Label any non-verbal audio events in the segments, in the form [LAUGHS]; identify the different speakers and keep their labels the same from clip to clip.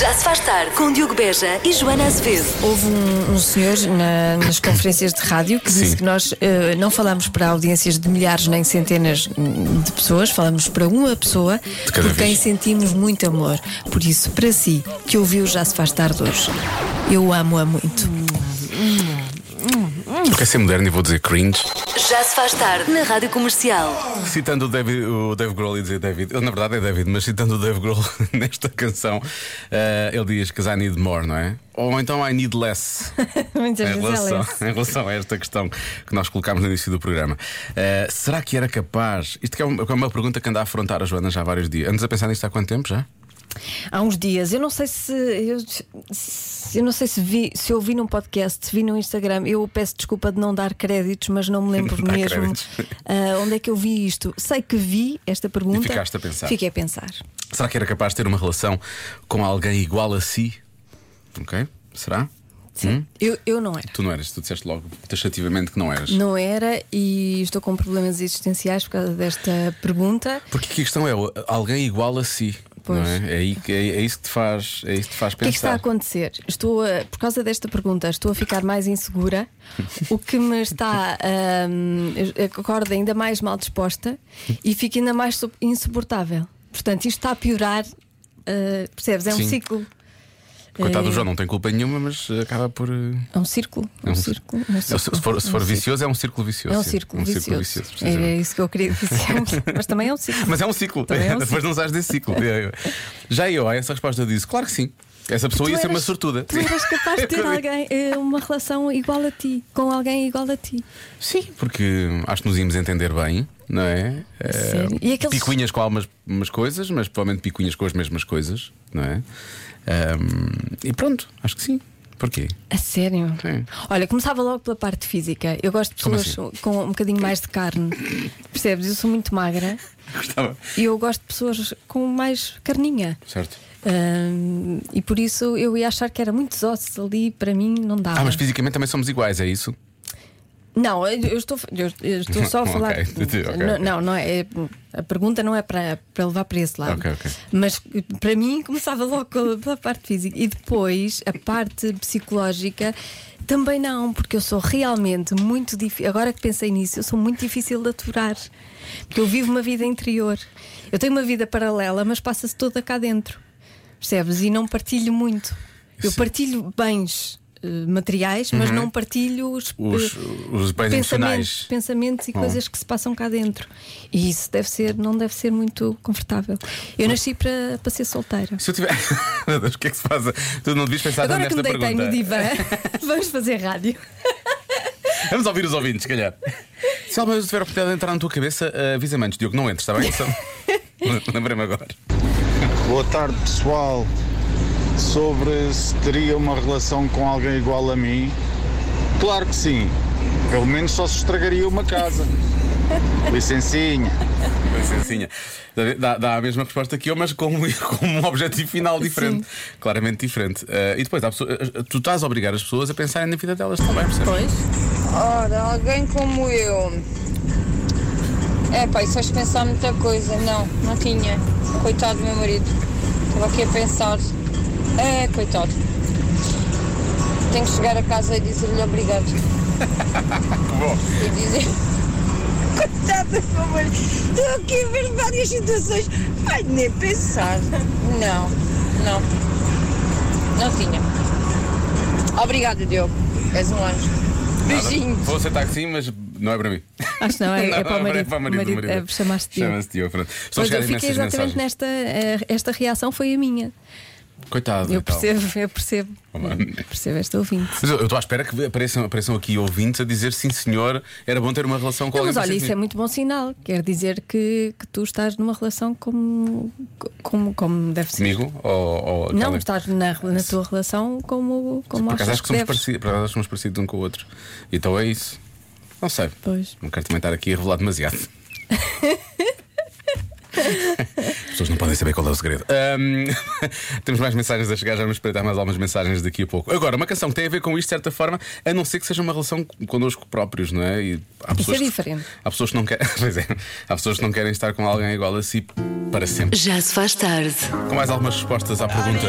Speaker 1: Já se faz tarde com Diogo Beja e Joana Azevedo.
Speaker 2: Houve um, um senhor na- nas conferências de rádio que disse
Speaker 3: Sim.
Speaker 2: que nós eh, não falamos para audiências de milhares nem centenas hum, de pessoas, falamos para uma pessoa por
Speaker 3: cada
Speaker 2: quem
Speaker 3: vez.
Speaker 2: sentimos muito amor. Por isso, para si, que ouviu Já Se Faz Tarde hoje, eu amo-a muito.
Speaker 3: Porque é ser moderno e vou dizer cringe.
Speaker 1: Já se faz tarde na Rádio Comercial.
Speaker 3: Citando o, David, o Dave Grohl e dizer David, ele, na verdade é David, mas citando o Dave Grohl [LAUGHS] nesta canção, eh, ele diz que I need more, não é? Ou então I need less.
Speaker 2: Muitas
Speaker 3: Em
Speaker 2: vezes é ela
Speaker 3: relação, [LAUGHS] em relação a esta questão que nós colocámos no início do programa, Eh, será que era capaz? Isto que é uma, que é uma pergunta que anda a afrontar a Joana já há vários dias. Andas a pensar nisto há quanto tempo já?
Speaker 2: Há uns dias, eu não sei se eu, se- eu não sei se vi, se eu vi num podcast, se vi no Instagram. Eu peço desculpa de não dar créditos, mas não me lembro
Speaker 3: Não dá
Speaker 2: mesmo
Speaker 3: créditos.
Speaker 2: ah, onde é que eu vi isto. Sei que vi esta pergunta.
Speaker 3: ficaste a pensar.
Speaker 2: Fiquei a pensar.
Speaker 3: Será que era capaz de ter uma relação com alguém igual a si? Ok? Será?
Speaker 2: Sim.
Speaker 3: Hum?
Speaker 2: Eu, eu não era.
Speaker 3: Tu não eras, tu disseste logo taxativamente que não eras.
Speaker 2: Não era e estou com problemas existenciais por causa desta pergunta.
Speaker 3: Porque a questão é o- alguém igual a si.
Speaker 2: Pois.
Speaker 3: Não é? É, aí que- é- é isso que te faz, é isso que te faz
Speaker 2: O que é que está a
Speaker 3: pensar.
Speaker 2: acontecer? Estou a- por causa desta pergunta, estou a ficar mais insegura, o que me está hum, acorda ainda mais mal disposta e fica ainda mais sup- insuportável. Portanto, isto está a piorar, uh, percebes? É um
Speaker 3: Sim.
Speaker 2: ciclo.
Speaker 3: Coitado
Speaker 2: É.
Speaker 3: do João, não tem culpa nenhuma, mas eh, acaba por. eh,
Speaker 2: É um círculo. É um círculo. é um
Speaker 3: É, se-
Speaker 2: círculo,
Speaker 3: Se for, se for
Speaker 2: é um
Speaker 3: vicioso, é um círculo vicioso.
Speaker 2: círculo. É um
Speaker 3: sim.
Speaker 2: círculo
Speaker 3: círculo
Speaker 2: vicioso.
Speaker 3: precisamente.
Speaker 2: É isso que eu queria dizer. Mas também é um ciclo.
Speaker 3: Mas é um ciclo.
Speaker 2: Também é um
Speaker 3: [LAUGHS] Depois não sais desse ciclo. É, é. Já eu, a essa resposta eu disse: claro que sim. Essa pessoa
Speaker 2: Tu
Speaker 3: ia ser uma
Speaker 2: eras-
Speaker 3: sortuda.
Speaker 2: Tu eras
Speaker 3: [LAUGHS]
Speaker 2: capaz de ter alguém, eh, uma relação igual a ti, com alguém igual a ti.
Speaker 3: Sim, porque acho que nos íamos entender bem, não é? Eh,
Speaker 2: Sério? E aqueles-
Speaker 3: Picuinhas com algumas umas coisas, mas provavelmente picuinhas com as mesmas coisas, não é? Ahm, e pronto, acho que sim. Porquê?
Speaker 2: A sério?
Speaker 3: Sim.
Speaker 2: Olha, começava logo pela parte física. Eu gosto de
Speaker 3: Como assim?
Speaker 2: pessoas com um bocadinho mais de carne. Percebes? Eu sou muito magra
Speaker 3: Gostava.
Speaker 2: e eu gosto de pessoas com mais carninha.
Speaker 3: Certo.
Speaker 2: Ahm, e por isso eu ia achar que era muitos ossos ali, para mim não dava.
Speaker 3: Ah, mas fisicamente também somos iguais, é isso?
Speaker 2: Não, eu eu estou, eu eu estou só
Speaker 3: [LAUGHS]
Speaker 2: a
Speaker 3: Ok,
Speaker 2: falar.
Speaker 3: ok, ok.
Speaker 2: Não, não, não é, é- A pergunta não é para, para levar para esse lado.
Speaker 3: Ok, ok.
Speaker 2: Mas para mim começava logo com- pela parte física e depois a parte psicológica. Também não, porque eu sou realmente muito difícil. Agora que pensei nisso, eu sou muito difícil de aturar. Porque eu vivo uma vida interior. Eu tenho uma vida paralela, mas passa-se toda cá dentro. Percebes? E não partilho muito. Eu
Speaker 3: Sim. Uhum.
Speaker 2: partilho bens eh, materiais, mas não partilho os eh,
Speaker 3: Os, os bens
Speaker 2: pensamentos,
Speaker 3: emocionais. Hum.
Speaker 2: pensamentos e
Speaker 3: Bom.
Speaker 2: coisas que se passam cá dentro. E isso deve ser, não deve ser muito confortável. Eu nasci para, para ser solteira.
Speaker 3: Se eu tiver. [LAUGHS] Meu Deus, o que é que se faz? Tu não devias pensar tanto
Speaker 2: Agora que
Speaker 3: nesta
Speaker 2: me deitei
Speaker 3: pergunta.
Speaker 2: no divã, [LAUGHS] vamos fazer rádio.
Speaker 3: Vamos ouvir os ouvintes,
Speaker 2: [LAUGHS]
Speaker 3: se calhar. Se alguma vez tiver a oportunidade de entrar na tua cabeça, eh, avisa-me antes, Diogo, não entres, está
Speaker 2: [LAUGHS]
Speaker 3: bem? Só- [LAUGHS] Lembrei-me agora.
Speaker 4: Boa tarde, pessoal. Sobre se teria uma relação com alguém igual a mim, claro que sim. Pelo menos só se estragaria uma casa.
Speaker 5: [LAUGHS]
Speaker 4: Licencinha.
Speaker 3: Licencinha. Dá, dá a mesma resposta que eu, mas com, [LAUGHS] com um objetivo final diferente. Claramente diferente. Eh, e depois, há pessoa- tu estás a obrigar as pessoas a pensarem na vida delas também, percebes?
Speaker 2: Pois.
Speaker 6: Ora, alguém como eu. É pá, isso faz pensar muita coisa. Não, não tinha. Coitado do meu marido. Estava aqui a pensar. É, coitado. Tenho que chegar a casa e dizer-lhe obrigado. E dizer. [LAUGHS] Coitado do meu marido. Estou aqui a ver várias situações. Vai nem pensar. Não, não. Não tinha. Obrigado, Diogo. És um anjo. Beijinhos.
Speaker 3: Vou aceitar que sim, mas não é para mim.
Speaker 2: Acho que não, é, é
Speaker 3: Não,
Speaker 2: para o
Speaker 3: [LAUGHS] não,
Speaker 2: marido.
Speaker 3: é para o marido,
Speaker 2: Marido,
Speaker 3: o marido.
Speaker 2: eh, chamaste Diogo.
Speaker 3: Chama-se Diogo, pronto. Estão a
Speaker 2: Mas
Speaker 3: chegar
Speaker 2: eu fiquei
Speaker 3: imensas
Speaker 2: exatamente
Speaker 3: mensagens.
Speaker 2: nesta. eh, Esta reação foi a minha.
Speaker 3: Coitado.
Speaker 2: Eu
Speaker 3: e tal.
Speaker 2: percebo, eu percebo.
Speaker 3: Olá.
Speaker 2: eh, Percebo esta ouvinte.
Speaker 3: Mas eu eu estou à espera que apareçam, apareçam aqui ouvintes a dizer sim, senhor, era bom ter uma relação com
Speaker 2: Não,
Speaker 3: alguém.
Speaker 2: mas olha,
Speaker 3: parecido
Speaker 2: isso é
Speaker 3: comigo."
Speaker 2: muito bom sinal. Quer dizer que, que tu estás numa relação como, como, como deve ser.
Speaker 3: Comigo? Ou, ou
Speaker 2: é Não, tá,
Speaker 3: aquela-
Speaker 2: estás na, na tua relação como, como
Speaker 3: Por acaso
Speaker 2: achas
Speaker 3: acho que
Speaker 2: que
Speaker 3: somos
Speaker 2: deves.
Speaker 3: parecidos, por acaso acho que somos parecidos um com o outro. Então é isso. Não sei.
Speaker 2: Pois.
Speaker 3: Não quero também estar aqui a revelar demasiado. As pessoas não podem saber qual é o segredo. Ahm, [LAUGHS] temos mais mensagens a chegar, já vamos espreitar mais algumas mensagens daqui a pouco. Agora, uma canção que tem a ver com isto, de certa forma, a não ser que seja uma relação connosco próprios, não é? E há pessoas que-
Speaker 2: diferente.
Speaker 3: há pessoas que não querem. [LAUGHS] Pois é, há pessoas que não querem estar com alguém igual a si para sempre.
Speaker 1: Já se faz tarde.
Speaker 3: Com mais algumas respostas à pergunta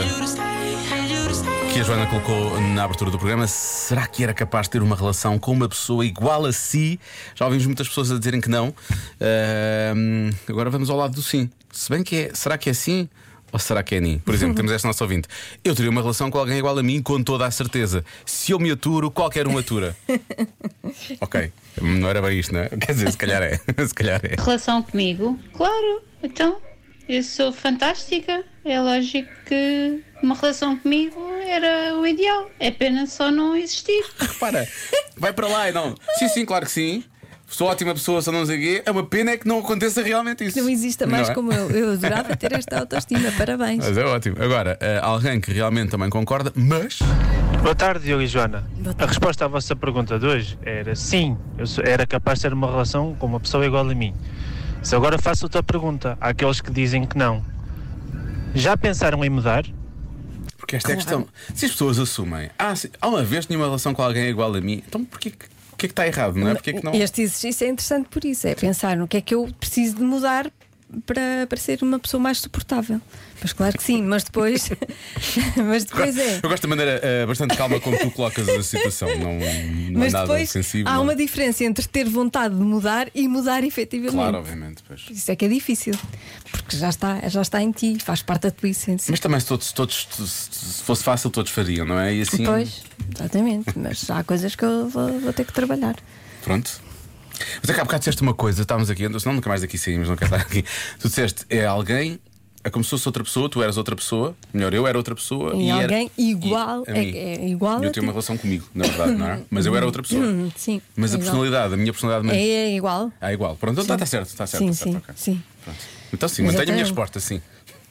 Speaker 3: que a Joana colocou na abertura do programa, será que era capaz de ter uma relação com uma pessoa igual a si? Já ouvimos muitas pessoas a dizerem que não. Ahm, agora vamos ao lado do sim. Se bem que é, será que é sim? Ou será que é nem? Por exemplo, temos esta nossa ouvinte. Eu teria uma relação com alguém igual a mim, com toda a certeza. Se eu me aturo, qualquer um atura. ok, não era bem isto, não é? Quer dizer, se calhar é. [LAUGHS] se calhar é.
Speaker 7: relação comigo? Claro, então eu sou fantástica. É lógico que uma relação comigo era o ideal. É pena só não existir.
Speaker 3: Para, vai para lá e não. Sim, sim, claro que sim. Sou ótima pessoa, só não sei o quê. É uma pena é que não aconteça realmente isso.
Speaker 2: Não exista mais
Speaker 3: Não é?
Speaker 2: como eu. Eu adorava ter esta
Speaker 3: [LAUGHS]
Speaker 2: autoestima. Parabéns.
Speaker 3: Mas é ótimo. Agora, eh, alguém que realmente também concorda, mas.
Speaker 8: Boa tarde, Diogo e Joana.
Speaker 2: Boa tarde.
Speaker 8: A resposta à vossa pergunta de hoje era sim, eu sou- era capaz de ter uma relação com uma pessoa igual a mim. Se agora faço outra pergunta àqueles que dizem que não, já pensaram em mudar?
Speaker 3: Porque esta é a questão. Se as pessoas assumem, ah, se- há uma vez tinha uma relação com alguém igual a mim, então porquê que, que é que está errado, não é? Porquê que não.
Speaker 2: Este exercício é interessante por isso. É pensar no que é que eu preciso de mudar para, para ser uma pessoa mais suportável. Mas claro que sim, mas
Speaker 3: [LAUGHS]
Speaker 2: depois. mas depois é.
Speaker 3: Eu gosto da maneira eh, bastante calma como tu colocas a situação. Não, não é
Speaker 2: Mas
Speaker 3: nada
Speaker 2: depois
Speaker 3: ofensivo.
Speaker 2: há
Speaker 3: não. é?
Speaker 2: uma diferença entre ter vontade de mudar e mudar efetivamente.
Speaker 3: Claro, obviamente. Pois.
Speaker 2: Isso é que é difícil, porque já está, já está em ti, faz parte da tua essência.
Speaker 3: Mas também se todos, todos se fosse fácil, todos fariam, não é? E assim.
Speaker 2: Pois, exatamente, mas há coisas que eu vou, vou ter que trabalhar.
Speaker 3: Pronto. Mas é que há bocado disseste uma coisa, estávamos aqui, senão nunca mais daqui saímos, não quero estar aqui. Tu disseste, é alguém, é como se fosse outra pessoa, tu eras outra pessoa, melhor, eu era outra pessoa.
Speaker 2: E
Speaker 3: era-
Speaker 2: É alguém igual
Speaker 3: a
Speaker 2: é-
Speaker 3: mim.
Speaker 2: é igual
Speaker 3: Eu
Speaker 2: a
Speaker 3: tinha
Speaker 2: ti.
Speaker 3: uma relação comigo, na verdade, não
Speaker 2: [LAUGHS]
Speaker 3: é? Mas eu era outra pessoa.
Speaker 2: Hum, sim,
Speaker 3: Mas
Speaker 2: é
Speaker 3: a
Speaker 2: igual.
Speaker 3: personalidade, a minha personalidade
Speaker 2: É,
Speaker 3: mesmo.
Speaker 2: igual?
Speaker 3: Ah, igual. Pronto, está certo, está certo.
Speaker 2: Sim,
Speaker 3: está certo,
Speaker 2: sim,
Speaker 3: ok.
Speaker 2: sim.
Speaker 3: Pronto. Então sim, mantenho a minha
Speaker 2: Exatamente.
Speaker 3: resposta, sim.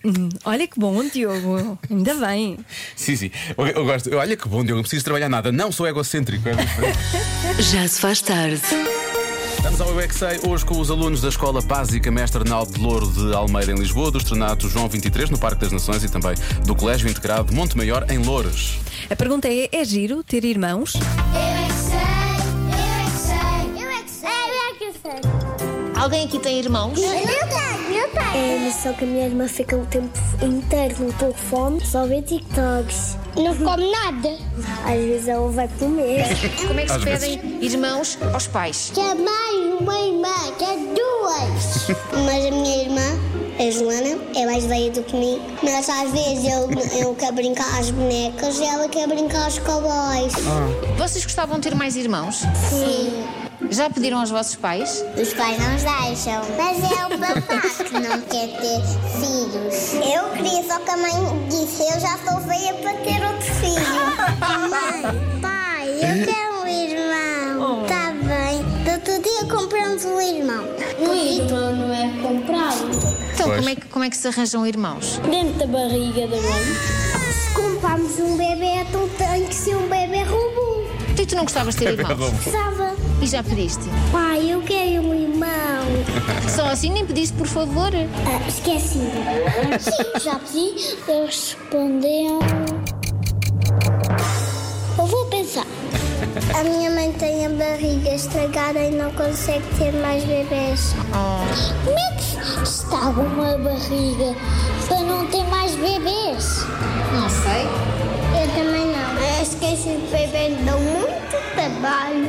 Speaker 2: Hum, Olha que bom, Diogo, ainda bem.
Speaker 3: Sim, sim. Eu, eu gosto. Olha que bom, Diogo, não preciso trabalhar nada. Não sou egocêntrico, é diferente.
Speaker 1: Já se faz tarde.
Speaker 3: Estamos ao UXA hoje com os alunos da Escola Básica Mestre Arnaldo de Louro de Almeida, em Lisboa, do Estrenato João 23, no Parque das Nações e também do Colégio Integrado Monte Maior, em Loures.
Speaker 2: A pergunta é: é giro ter irmãos?
Speaker 9: Alguém aqui tem irmãos?
Speaker 10: Eu tenho, eu tenho.
Speaker 11: É a noção que a minha irmã fica o tempo inteiro no telefone, só vê TikToks.
Speaker 10: Não come nada.
Speaker 11: Às vezes ela vai comer.
Speaker 9: Como é que
Speaker 3: Às
Speaker 9: se pedem irmãos aos pais?
Speaker 10: Quer mais uma irmã, quer duas. [LAUGHS] Mas a minha irmã, a Joana, é mais velha do que mim. Mas às vezes eu, eu quero brincar às bonecas e ela quer brincar aos cowboys.
Speaker 9: Vocês gostavam de ter mais irmãos?
Speaker 10: Sim.
Speaker 9: Já pediram aos vossos pais?
Speaker 10: Os pais não os deixam. Mas é o [LAUGHS] papá que não quer ter filhos. Eu queria, só que a mãe disse: Eu já sou velha para ter outro filho. [LAUGHS] mãe, pai, eu quero um irmão. Tá bem. Do outro dia compramos um irmão. Um irmão não é comprado.
Speaker 9: Então,
Speaker 3: Pois.
Speaker 9: como é, que, como é que se arranjam irmãos?
Speaker 10: Dentro da barriga da mãe. Se comprarmos um bebê, então tem que ser um bebê robô.
Speaker 9: Então, e tu não gostavas
Speaker 3: É
Speaker 9: de ter irmãos?
Speaker 10: Precisava.
Speaker 9: E já pediste?
Speaker 10: Pai, eu quero um irmão.
Speaker 9: Só assim nem pediste, por favor.
Speaker 10: Ah, esqueci. Sim, já pedi. Eles responderam. Eu vou pensar. A minha mãe tem a barriga estragada e não consegue ter mais bebês. Como é que estava uma barriga para não ter mais bebês?
Speaker 9: Não sei.
Speaker 10: Eu também não. Acho que esses bebês dão muito trabalho.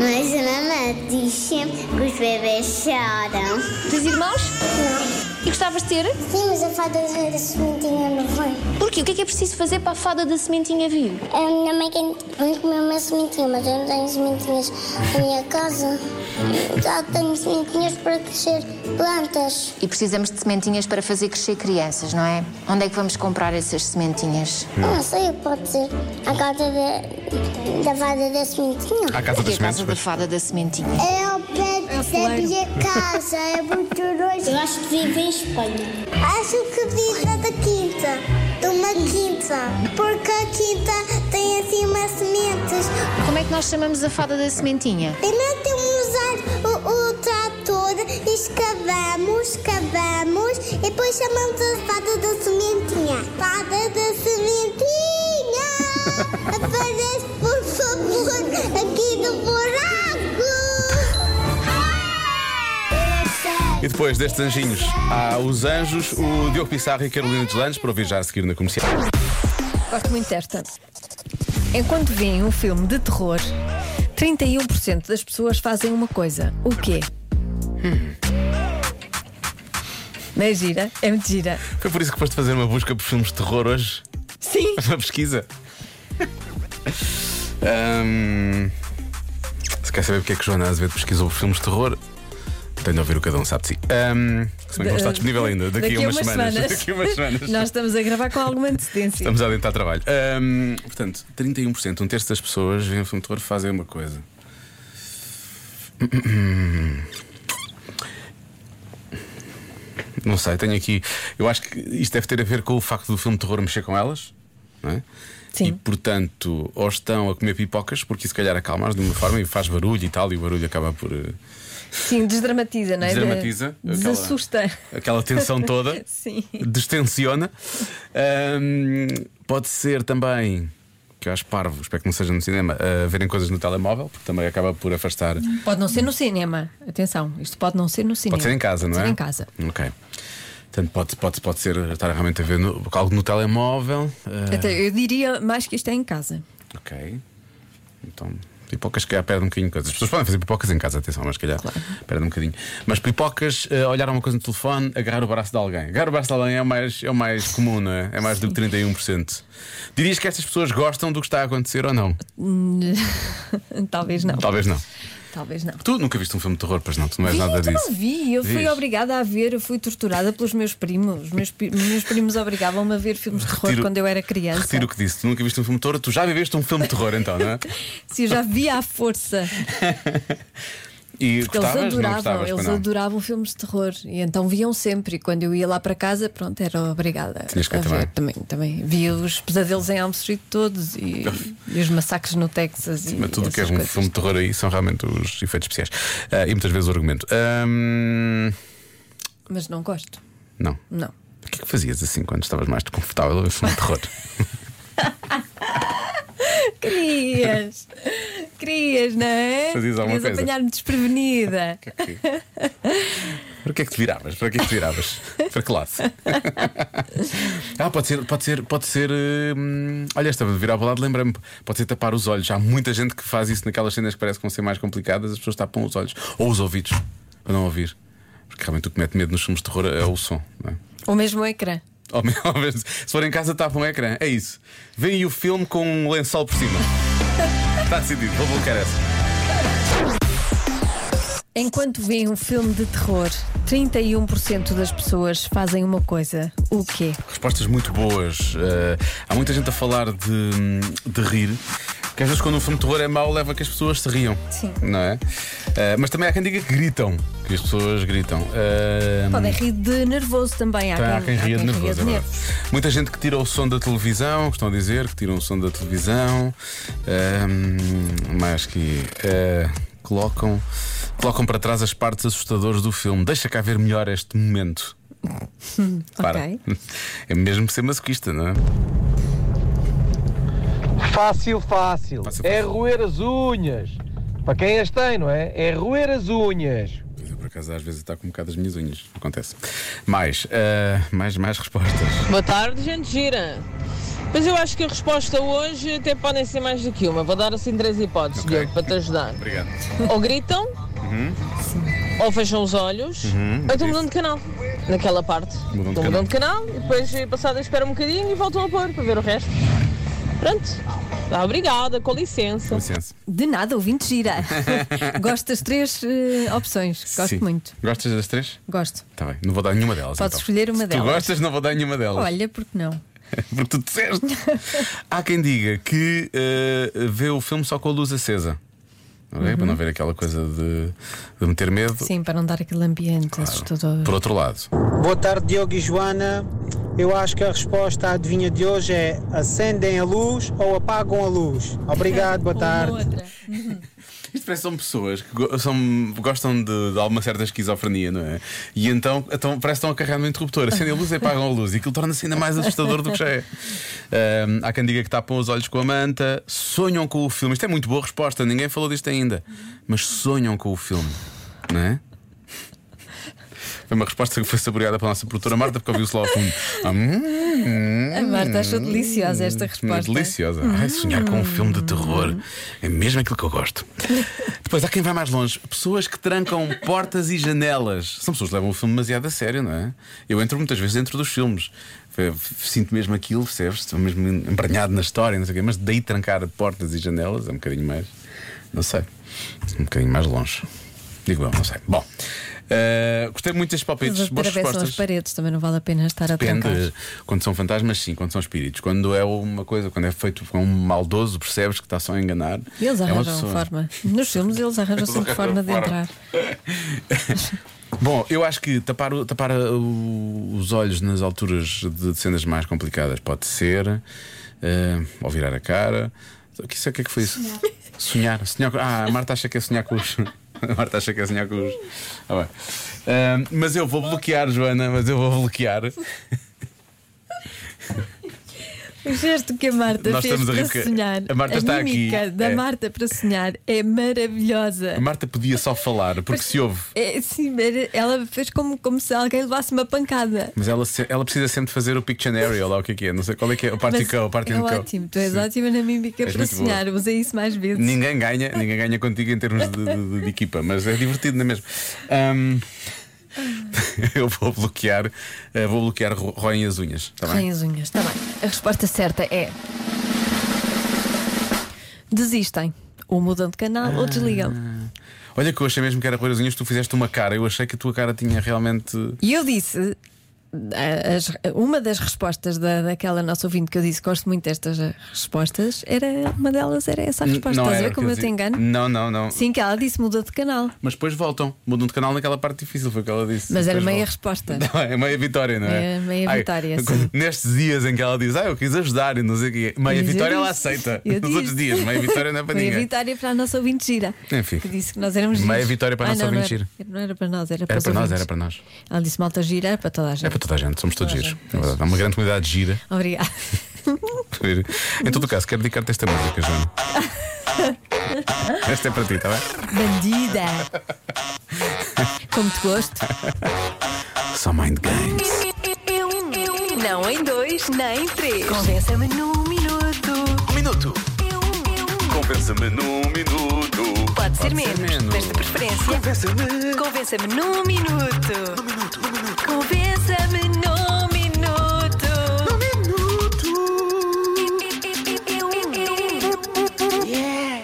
Speaker 10: Mas a mamãe diz sempre que os bebês choram.
Speaker 9: Tens irmãos? E gostavas de ter?
Speaker 10: Sim, mas a fada da sementinha não vem.
Speaker 9: Porquê? O que é que é preciso fazer para a fada da sementinha vir?
Speaker 10: A minha mãe quer muito comer uma sementinha, mas eu não tenho sementinhas na minha casa. Já tenho sementinhas para crescer plantas.
Speaker 9: E precisamos de sementinhas para fazer crescer crianças, não é? Onde é que vamos comprar essas sementinhas?
Speaker 10: Não, sei, pode ser a casa da, da vada da sementinha.
Speaker 3: À Casa
Speaker 9: Aqui é
Speaker 3: das
Speaker 9: a casa
Speaker 3: Sementes.
Speaker 9: da fada da sementinha.
Speaker 10: É o pé
Speaker 2: É o celeiro.
Speaker 10: casa, é muito longe. Eu acho que vive em Espanha. Acho que vive da quinta, de uma quinta. Porque a quinta tem assim umas sementes.
Speaker 9: Como é que nós chamamos a fada da sementinha?
Speaker 10: Primeiro temos usar o, o trator, escavamos, escavamos depois chamamos a fada da sementinha. Fada da sementinha! Aparece, por favor, aqui no buraco!
Speaker 3: E depois destes anjinhos, há os anjos, o Diogo Pissarro e a Carolina Deslandes, para ouvir já a seguir na comercial.
Speaker 2: Gosto muito desta. Enquanto veem um filme de terror, 31% das pessoas fazem uma coisa. O quê? Não é gira? É muito gira.
Speaker 3: Foi por isso que foste fazer uma busca por filmes de terror hoje?
Speaker 2: Sim.
Speaker 3: [LAUGHS] Uma pesquisa? Ahm, se quer saber porque é que Joana Azevedo pesquisou por filmes de terror, tenho de ouvir o Cada Um Sabe de Si. Ahm, se bem que não está disponível ainda, daqui, a umas semanas. [LAUGHS] Daqui a umas semanas.
Speaker 2: Nós estamos a gravar com alguma antecedência.
Speaker 3: Estamos a adentrar trabalho. Ahm, portanto, 31%, um terço das pessoas vêm ao filme de terror fazem uma coisa. Não sei, tenho aqui. Eu acho que isto deve ter a ver com o facto do filme de terror mexer com elas. Não é?
Speaker 2: Sim.
Speaker 3: E portanto, ou estão a comer pipocas, porque isso, se calhar acalma de uma forma e faz barulho e tal, e o barulho acaba por. eh,
Speaker 2: Sim, desdramatiza, não é?
Speaker 3: Desdramatiza,
Speaker 2: De- Desassusta.
Speaker 3: aquela tensão toda
Speaker 2: [LAUGHS] Sim.
Speaker 3: destensiona. Ahm, pode ser também que eu acho parvo, espero que não seja no cinema, a verem coisas no telemóvel, porque também acaba por afastar.
Speaker 2: Pode não ser no cinema. Atenção, isto pode não ser no cinema.
Speaker 3: Pode ser em casa, não é?
Speaker 2: Pode ser em casa.
Speaker 3: Ok. Portanto, pode, pode, pode ser estar realmente a ver no- algo no telemóvel. ah,
Speaker 2: Até eu diria mais que isto é em casa.
Speaker 3: ok. Então, pipocas que calhar perde um bocadinho de coisas. As pessoas podem fazer pipocas em casa, atenção, mas se calhar perde um bocadinho. Mas pipocas, ah, olhar uma coisa no telefone, agarrar o braço de alguém. Agarrar o braço de alguém é o mais, é o mais comum, não é? É mais do que 31%. Dirias que estas pessoas gostam do que está a acontecer ou não?
Speaker 2: Hum, [LAUGHS] Talvez não.
Speaker 3: Talvez não.
Speaker 2: Talvez não.
Speaker 3: Tu nunca viste um filme de terror, pois não, tu não és
Speaker 2: Vi,
Speaker 3: nada
Speaker 2: tu
Speaker 3: disso.
Speaker 2: não vi, eu fui
Speaker 3: Vês?
Speaker 2: obrigada a ver, eu fui torturada pelos meus primos. Meus, pi- meus primos obrigavam-me a ver filmes de terror
Speaker 3: Retiro-
Speaker 2: quando eu era criança.
Speaker 3: Retiro o que disse, tu nunca viste um filme de terror, tu já viveste um filme de terror então, não é?
Speaker 2: Se eu já via à força,
Speaker 3: E
Speaker 2: porque
Speaker 3: gostavas,
Speaker 2: eles
Speaker 3: não
Speaker 2: adoravam,
Speaker 3: gostavas, pois
Speaker 2: eles
Speaker 3: não.
Speaker 2: adoravam filmes de terror e então viam sempre. E quando eu ia lá para casa, pronto, era obrigada
Speaker 3: Tinhas que
Speaker 2: a
Speaker 3: ver
Speaker 2: ver também. também. Via os pesadelos em Elm Street todos
Speaker 3: [LAUGHS]
Speaker 2: e, e os massacres no Texas e
Speaker 3: Mas tudo o que é
Speaker 2: essas
Speaker 3: um
Speaker 2: coisas.
Speaker 3: filme de terror aí são realmente os efeitos especiais. Ah, e muitas vezes o argumento. Ahm,
Speaker 2: Mas não gosto,
Speaker 3: não.
Speaker 2: não.
Speaker 3: O que é que fazias assim quando estavas mais desconfortável a ver filme de terror? [LAUGHS]
Speaker 2: Querias, querias, não é?
Speaker 3: Fazias alguma
Speaker 2: Querias
Speaker 3: coisa.
Speaker 2: apanhar-me
Speaker 3: [LAUGHS]
Speaker 2: desprevenida.
Speaker 3: Para que é que te viravas? Para que é que te viravas? Para que lado? ah, pode ser, pode ser, pode ser. hum, olha, esta de virar para o lado, lembra-me, pode ser tapar os olhos. Há muita gente que faz isso naquelas cenas que parecem que vão ser mais complicadas, as pessoas tapam os olhos ou os ouvidos para não ouvir. Porque realmente o que mete medo nos filmes de terror é o som, não é? [LAUGHS]
Speaker 2: Ou mesmo o ecrã.
Speaker 3: Ou mesmo, se for em casa, tapa um ecrã. É isso. Vem aí o filme com um lençol por cima. Está decidido, vou bloquear essa.
Speaker 2: Enquanto vêem um filme de terror, 31% das pessoas fazem uma coisa. O quê?
Speaker 3: Respostas muito boas. Eh, há muita gente a falar de, de rir. Que às vezes, quando um filme de terror é mau, leva a que as pessoas se riam.
Speaker 2: Sim.
Speaker 3: Não é? Eh, mas também há quem diga que gritam. Que as pessoas gritam. Eh,
Speaker 2: Podem rir de nervoso também. Há,
Speaker 3: Então, há quem ria de nervoso.
Speaker 2: de
Speaker 3: agora. Muita gente que tira o som da televisão, que estão a dizer que tiram o som da televisão, ahm, mais que ah, colocam, colocam para trás as partes assustadoras do filme. Deixa cá ver melhor este momento.
Speaker 2: [LAUGHS]
Speaker 3: Para.
Speaker 2: Ok.
Speaker 3: [LAUGHS] É mesmo ser masoquista, não é?
Speaker 5: Fácil, fácil.
Speaker 3: Fácil,
Speaker 5: É
Speaker 3: fácil.
Speaker 5: roer as unhas. Para quem as tem, não é? É roer as unhas.
Speaker 3: Pois eu, por acaso às vezes está com um bocado as minhas unhas. Acontece. Mais, ah, mais, mais respostas.
Speaker 12: Boa tarde, gente gira. Mas eu acho que a resposta hoje até podem ser mais do que uma. Vou dar assim três hipóteses,
Speaker 3: Ok.
Speaker 12: Diogo, para te ajudar.
Speaker 3: Obrigado.
Speaker 12: Ou gritam,
Speaker 3: Uhum.
Speaker 12: ou fecham os olhos, ou estão mudando de canal. Naquela parte.
Speaker 3: Mudam de
Speaker 12: Estão
Speaker 3: canal.
Speaker 12: mudando de canal e depois eh, passada espera um bocadinho e voltam a pôr para ver o resto. Pronto. Tá, obrigada, com
Speaker 3: Com
Speaker 12: licença.
Speaker 3: licença.
Speaker 2: De nada, ouvinte gira.
Speaker 3: [LAUGHS]
Speaker 2: Gosto das três eh, opções. Gosto
Speaker 3: Sim.
Speaker 2: muito.
Speaker 3: Gostas das três?
Speaker 2: Gosto.
Speaker 3: Está bem, não vou dar nenhuma delas.
Speaker 2: Podes
Speaker 3: então.
Speaker 2: escolher uma
Speaker 3: Se
Speaker 2: delas.
Speaker 3: Tu gostas, não vou dar nenhuma delas.
Speaker 2: Olha, porque não?
Speaker 3: Porque tu disseste. Há quem diga que eh, vê o filme só com a luz acesa. ok? Para não ver aquela coisa de, de meter medo.
Speaker 2: Sim, para não dar aquele ambiente assustador.
Speaker 3: Por outro lado,
Speaker 5: Boa tarde, Diogo e Joana. Eu acho que a resposta à adivinha de hoje é acendem a luz ou apagam a luz. Obrigado, boa tarde.
Speaker 3: isto parece que são pessoas que go- são- gostam de, de alguma certa esquizofrenia, não é? E então, então parece que estão a carregar no interruptor, acendem a luz e apagam a luz, e aquilo torna-se ainda mais assustador do que já é. Ahm, há quem diga que tapam os olhos com a manta, sonham com o filme. Isto é muito boa resposta, ninguém falou disto ainda. Mas sonham com o filme, não é? Foi uma resposta que foi saboreada pela nossa produtora Marta, porque ouviu-se lá ao fundo. Hum,
Speaker 2: A Marta achou deliciosa esta
Speaker 3: é
Speaker 2: resposta. Hum.
Speaker 3: deliciosa. Ai, sonhar com um filme de terror é mesmo aquilo que eu gosto.
Speaker 2: [LAUGHS]
Speaker 3: Depois há quem vai mais longe. Pessoas que trancam portas e janelas. São pessoas que levam o filme demasiado a sério, não é? Eu entro muitas vezes dentro dos filmes. Eu Sinto mesmo aquilo, percebes? Estou mesmo embranhado na história, não sei o quê. Mas daí trancar portas e janelas é um bocadinho mais. Não sei. Um bocadinho mais longe. Digo eu, não sei. Bom, eh, gostei muito destes
Speaker 2: Eles
Speaker 3: palpites. Boas
Speaker 2: atravessam
Speaker 3: respostas.
Speaker 2: as paredes, também não vale a pena estar a
Speaker 3: Depende.
Speaker 2: trancar.
Speaker 3: Quando são fantasmas, sim. Quando são espíritos. Quando é uma coisa, quando é feito com um maldoso, percebes que está só a enganar.
Speaker 2: Eles
Speaker 3: é uma
Speaker 2: arranjam um
Speaker 3: pessoa.
Speaker 2: forma. Nos filmes eles arranjam
Speaker 3: Eles
Speaker 2: sempre
Speaker 3: [LAUGHS]
Speaker 2: forma
Speaker 3: arranjam
Speaker 2: de
Speaker 3: forma.
Speaker 2: entrar.
Speaker 3: Bom, eu acho que tapar, o- tapar uh, os olhos nas alturas de cenas mais complicadas pode ser. eh, ou virar a cara. O que, isso é, o que é que foi isso? Sonhar. sonhar com- ah, a Marta acha que é sonhar com os. [LAUGHS] A Marta acha que é sonhar com os. Ah, bem. Ah, mas eu vou bloquear, Joana, mas eu vou bloquear.
Speaker 2: O gesto que a Marta
Speaker 3: Nós
Speaker 2: fez
Speaker 3: estamos a rir
Speaker 2: para
Speaker 3: porque
Speaker 2: sonhar,
Speaker 3: a Marta está aqui.
Speaker 2: mímica da
Speaker 3: É.
Speaker 2: Marta para sonhar é maravilhosa.
Speaker 3: A Marta podia só falar, porque se ouve.
Speaker 2: É, sim, era- ela fez como, como se alguém levasse uma pancada.
Speaker 3: Mas ela, se- ela precisa sempre fazer o Pictionary, ou lá o que é que é, não sei qual é que é, o Party
Speaker 2: Mas
Speaker 3: Co, o Party
Speaker 2: é
Speaker 3: Co.
Speaker 2: ótimo, tu és
Speaker 3: Sim.
Speaker 2: ótima na mímica
Speaker 3: És
Speaker 2: para
Speaker 3: muito boa.
Speaker 2: sonhar, usa isso mais vezes.
Speaker 3: Ninguém ganha, ninguém ganha contigo em termos de, de- de equipa, mas é divertido, não é mesmo? Ahm, [LAUGHS] eu vou bloquear, eh, vou bloquear ro- roem as unhas, está bem?
Speaker 2: Roem as unhas, está bem. A resposta certa é. Desistem. Ou mudam de canal
Speaker 3: Ah.
Speaker 2: ou desligam.
Speaker 3: Olha que eu achei mesmo que era roer as unhas, tu fizeste uma cara, eu achei que a tua cara tinha realmente.
Speaker 2: E eu disse. ah, as- uma das respostas da, daquela nossa ouvinte que eu disse gosto muito destas ah, respostas era uma delas era essa a resposta.
Speaker 3: Não
Speaker 2: Estás a
Speaker 3: era
Speaker 2: ver
Speaker 3: o
Speaker 2: como
Speaker 3: que
Speaker 2: eu te
Speaker 3: dizia.
Speaker 2: engano?
Speaker 3: Não, não, não.
Speaker 2: Sim, que ela disse muda de canal.
Speaker 3: Mas depois voltam, mudam de canal naquela parte difícil, foi o que ela disse.
Speaker 2: Mas era
Speaker 3: Depois
Speaker 2: meia
Speaker 3: voltam. [LAUGHS]
Speaker 2: resposta.
Speaker 3: Não, é meia vitória, não é?
Speaker 2: É meia
Speaker 3: Ai, [LAUGHS]
Speaker 2: vitória,
Speaker 3: quando-
Speaker 2: sim.
Speaker 3: Nestes dias em que ela diz, ah, eu quis ajudar e não sei o quê, meia
Speaker 2: Mas eu
Speaker 3: vitória ela
Speaker 2: disse,
Speaker 3: aceita.
Speaker 2: eu
Speaker 3: Nos outros
Speaker 2: disse.
Speaker 3: dias, meia
Speaker 2: [LAUGHS]
Speaker 3: vitória não é para
Speaker 2: Meia
Speaker 3: ninguém.
Speaker 2: vitória para a nossa ouvinte gira.
Speaker 3: Enfim.
Speaker 2: Que disse que nós éramos giros.
Speaker 3: Meia vitória para a
Speaker 2: Ah,
Speaker 3: nossa
Speaker 2: não, não
Speaker 3: ouvinte
Speaker 2: era- Não era para nós, era, para
Speaker 3: Era
Speaker 2: os
Speaker 3: para nós,
Speaker 2: ouvintes.
Speaker 3: era para nós.
Speaker 2: Ela disse malta gira, era para toda a gente.
Speaker 3: É para toda a gente, somos todos giros. É verdade, há uma grande comunidade de gira. [LAUGHS]
Speaker 2: Obrigada.
Speaker 3: Em todo o caso, quero dedicar-te esta música, Joana. Esta é para ti, está bem?
Speaker 2: Bandida. Como te gosto.
Speaker 3: Só mind game.
Speaker 1: Não em dois, nem em três. Convença-me num minuto.
Speaker 3: Um minuto. Compensa-me num minuto.
Speaker 1: Pode ser menos, mas de preferência. Convença-me. Convença-me num minuto. Num minuto, num minuto. Convença-me num minuto.
Speaker 10: um
Speaker 1: Num minuto. Yeah.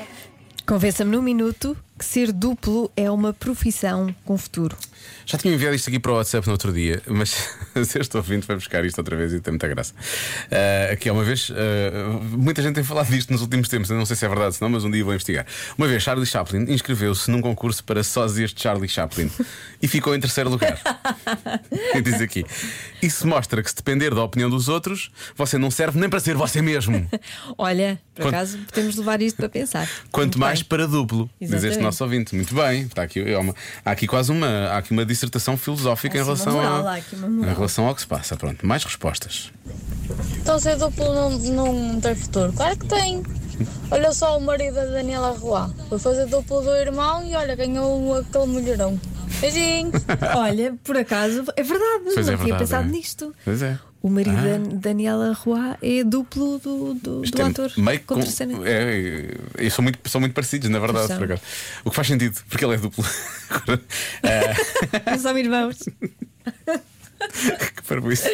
Speaker 2: Convença-me num minuto que ser duplo é uma profissão com futuro.
Speaker 3: Já tinha enviado isto aqui para o WhatsApp no outro dia, mas [LAUGHS] se eu estou ouvindo, vai buscar isto outra vez e tem muita graça. Ah, aqui há uma vez, ah, muita gente tem falado disto nos últimos tempos, eu não sei se é verdade ou não, mas um dia vou investigar. Uma vez, Charlie Chaplin inscreveu-se num concurso para sósias de Charlie Chaplin
Speaker 2: [LAUGHS]
Speaker 3: e ficou em terceiro lugar. E Diz aqui: Isso mostra que se depender da opinião dos outros, você não serve nem para ser você mesmo,
Speaker 2: Olha, por
Speaker 3: Quanto-
Speaker 2: acaso podemos levar isto para pensar.
Speaker 3: quanto mais para duplo, diz este
Speaker 2: Exatamente.
Speaker 3: nosso ouvinte. Muito bem, está aqui, é uma- há aqui quase uma, há aqui uma dissertação filosófica em
Speaker 2: Há aqui Assim, é uma
Speaker 3: relação
Speaker 2: moral,
Speaker 3: a-
Speaker 2: há aqui uma moral.
Speaker 3: em relação ao que se passa. Pronto, mais respostas.
Speaker 6: Então ser duplo não, não tem futuro. Claro que tem. Olha só o marido da Daniela Roá. Foi fazer duplo do irmão e olha, ganhou um, aquele mulherão. Beijinhos.
Speaker 2: Olha, por acaso, é verdade,
Speaker 3: Pois
Speaker 2: não
Speaker 3: é
Speaker 2: tinha
Speaker 3: verdade,
Speaker 2: pensado
Speaker 3: é.
Speaker 2: nisto.
Speaker 3: Pois é.
Speaker 2: O marido
Speaker 3: Ah.
Speaker 2: da Daniela Roy é duplo do, do,
Speaker 3: Isto
Speaker 2: do
Speaker 3: é
Speaker 2: ator.
Speaker 3: Meio que
Speaker 2: com
Speaker 3: com-
Speaker 2: terceira-
Speaker 3: é, é, são, muito, são muito parecidos, na verdade,
Speaker 2: São.
Speaker 3: por acaso. O que faz sentido, porque ele é duplo. [LAUGHS] Agora, eh,
Speaker 2: Mas São irmãos.
Speaker 3: [LAUGHS] que para
Speaker 2: [LAUGHS]
Speaker 3: isso.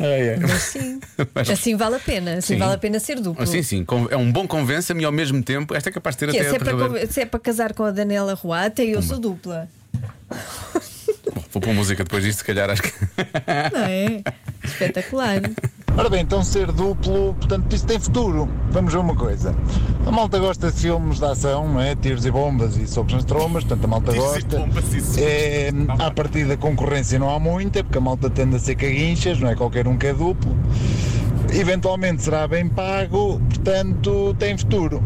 Speaker 3: Ah, é.
Speaker 2: Mas sim.
Speaker 3: [LAUGHS] Mas-
Speaker 2: Assim vale a pena. Assim
Speaker 3: Sim.
Speaker 2: vale a pena ser duplo.
Speaker 3: Ah, sim, sim, con- é um bom convença-me e ao mesmo tempo. Esta é capaz de ter
Speaker 2: Que é,
Speaker 3: até
Speaker 2: se,
Speaker 3: a
Speaker 2: é para,
Speaker 3: derradeira-
Speaker 2: conven- se é para casar com a Daniela Roy, até eu sou dupla.
Speaker 3: Bom, Vou pôr música depois disto, se calhar acho que. [LAUGHS]
Speaker 2: Não é? Espetacular.
Speaker 13: Ora bem, então ser duplo, portanto, isso tem futuro. Vamos ver uma coisa. A malta gosta de filmes de ação, não é? Tiros e bombas e sopros nas trombas, portanto, a malta
Speaker 14: Tiros e
Speaker 13: gosta. É, à partida, concorrência não há muita, porque a malta tende a ser caguinchas, não é? Qualquer um que é duplo. Eventualmente será bem pago, portanto, tem futuro.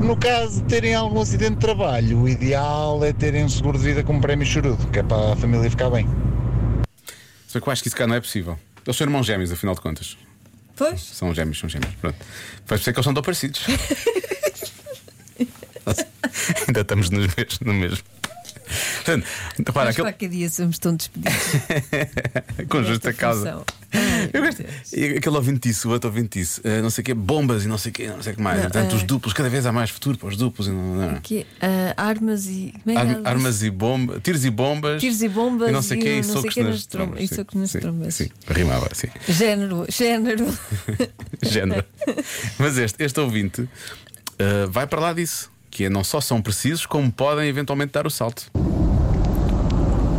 Speaker 13: No caso de terem algum acidente de trabalho, o ideal é terem um seguro de vida como prémio chorudo, que é para a família ficar bem.
Speaker 3: Só que eu acho que isso cá não é possível. Eles são irmãos gêmeos, afinal de contas.
Speaker 2: Pois?
Speaker 3: São gêmeos, são gêmeos. Pronto. Faz por ser que eles são
Speaker 2: [LAUGHS]
Speaker 3: tão parecidos. Nossa, Ainda estamos no mesmo. No mesmo. Portanto, repara,
Speaker 2: Mas
Speaker 3: aquele,
Speaker 2: qualquer dia somos tão
Speaker 3: [LAUGHS]
Speaker 2: despedidos.
Speaker 3: com justa
Speaker 2: desta
Speaker 3: causa.
Speaker 2: função. Ai,
Speaker 3: Eu gosto- e aquele ouvinte disse, o outro ouvinte disse, eh, não sei o quê, bombas e não sei o quê, não sei o que mais.
Speaker 2: Não,
Speaker 3: Portanto,
Speaker 2: eh,
Speaker 3: os duplos, cada vez há mais futuro para os duplos. E não, não.
Speaker 2: Que, ah, armas e. Como é que
Speaker 3: Ar-
Speaker 2: ela diz?
Speaker 3: armas e bombas, tiros e bombas,
Speaker 2: Tiros e bombas
Speaker 3: não sei o
Speaker 2: e
Speaker 3: quê,
Speaker 2: não
Speaker 3: e
Speaker 2: sei
Speaker 3: socos
Speaker 2: quê nas
Speaker 3: nas
Speaker 2: trombas,
Speaker 3: trombas.
Speaker 2: e
Speaker 3: Sim,
Speaker 2: socos nas
Speaker 3: sim,
Speaker 2: trombas.
Speaker 3: Sim, rimava, sim.
Speaker 2: Género,
Speaker 3: [LAUGHS]
Speaker 2: género.
Speaker 3: género. Mas este, este ouvinte eh, vai para lá disso, que é não só são precisos, como podem eventualmente dar o salto.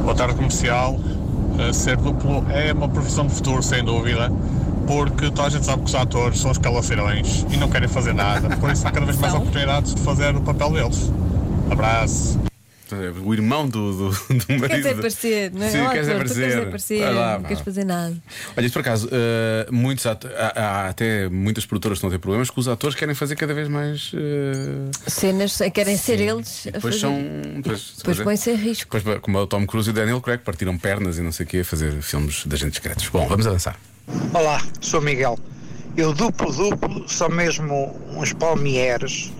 Speaker 14: Boa tarde, comercial. Uh, ser duplo é uma profissão de futuro, sem dúvida, porque toda a gente sabe que os atores são escalaceirões e não querem fazer nada. Por isso há cada vez mais oportunidades de fazer o papel deles. Abraço.
Speaker 3: O irmão do, do, do marido.
Speaker 2: Queres aparecer, não é?
Speaker 3: Sim,
Speaker 2: Ó, ator,
Speaker 3: queres
Speaker 2: tu
Speaker 3: aparecer.
Speaker 2: queres aparecer,
Speaker 3: Vai lá,
Speaker 2: não
Speaker 3: vá.
Speaker 2: queres fazer nada.
Speaker 3: Olha, isto por acaso, eh, muitos ato- há, há até muitas produtoras que estão a ter problemas que os atores querem fazer cada vez mais. eh,
Speaker 2: Cenas, querem ser eles. a
Speaker 3: Depois
Speaker 2: fazer.
Speaker 3: são. Depois, é.
Speaker 2: Depois põe-se em risco.
Speaker 3: Depois, como é o Tom Cruise e o Daniel Craig, partiram pernas e não sei o quê a fazer filmes de agentes secretos. Bom, vamos avançar.
Speaker 15: Olá, sou Miguel. Eu duplo-duplo são mesmo uns palmieres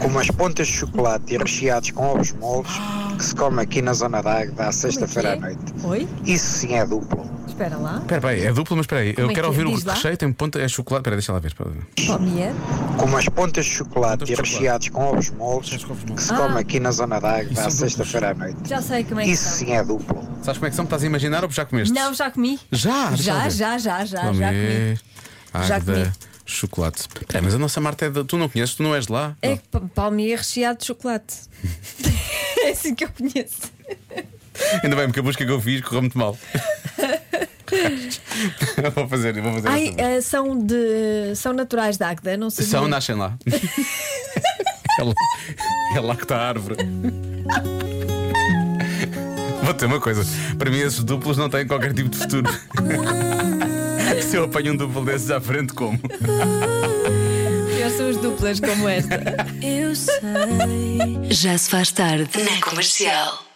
Speaker 15: com umas pontas de chocolate e recheados com ovos moles que se come aqui na Zona da Águeda à sexta-feira à noite.
Speaker 2: Oi?
Speaker 15: Isso sim é duplo.
Speaker 2: Espera lá.
Speaker 3: Espera aí, é duplo, mas espera aí.
Speaker 2: Como
Speaker 3: eu
Speaker 2: é
Speaker 3: quero
Speaker 2: que é?
Speaker 3: ouvir
Speaker 2: Diz
Speaker 3: o
Speaker 2: lá.
Speaker 3: recheio, tem ponta. É chocolate. Espera, deixa lá ver. espera lá.
Speaker 2: Palmier.
Speaker 15: Com umas pontas de chocolate e recheados com ovos moles que se come
Speaker 2: Ah.
Speaker 15: aqui na Zona da Águeda à sexta-feira à noite.
Speaker 2: Já sei como é que
Speaker 15: Isso sim é duplo.
Speaker 3: Sabes como é que são? Estás a imaginar ou já comeste?
Speaker 2: são. Não, já comi.
Speaker 3: Já? Deixa lá
Speaker 2: Já,
Speaker 3: ver.
Speaker 2: já, já, já, já comi.
Speaker 3: Lamé,
Speaker 2: Já
Speaker 3: Águeda,
Speaker 2: comi.
Speaker 3: chocolate. Peraí, mas a nossa Marta é da. Tu não conheces, tu não és de lá?
Speaker 2: É pa- palmier recheado de
Speaker 3: [LAUGHS]
Speaker 2: chocolate. é assim que eu conheço.
Speaker 3: Ainda bem, porque a busca que eu fiz correu muito mal.
Speaker 2: [LAUGHS]
Speaker 3: [LAUGHS] vou fazer, vou fazer.
Speaker 2: Ai,
Speaker 3: esta vez.
Speaker 2: ah, são, de, são naturais da Agda, não sei.
Speaker 3: São, nascem lá. é, lá é lá que está a árvore. Vou ter uma coisa: para mim, esses duplos não têm qualquer tipo de futuro. Se eu apanho um duplo desses à frente, como?
Speaker 2: Pior são as duplas como esta.
Speaker 1: Eu sei. Já se faz tarde. Na comercial.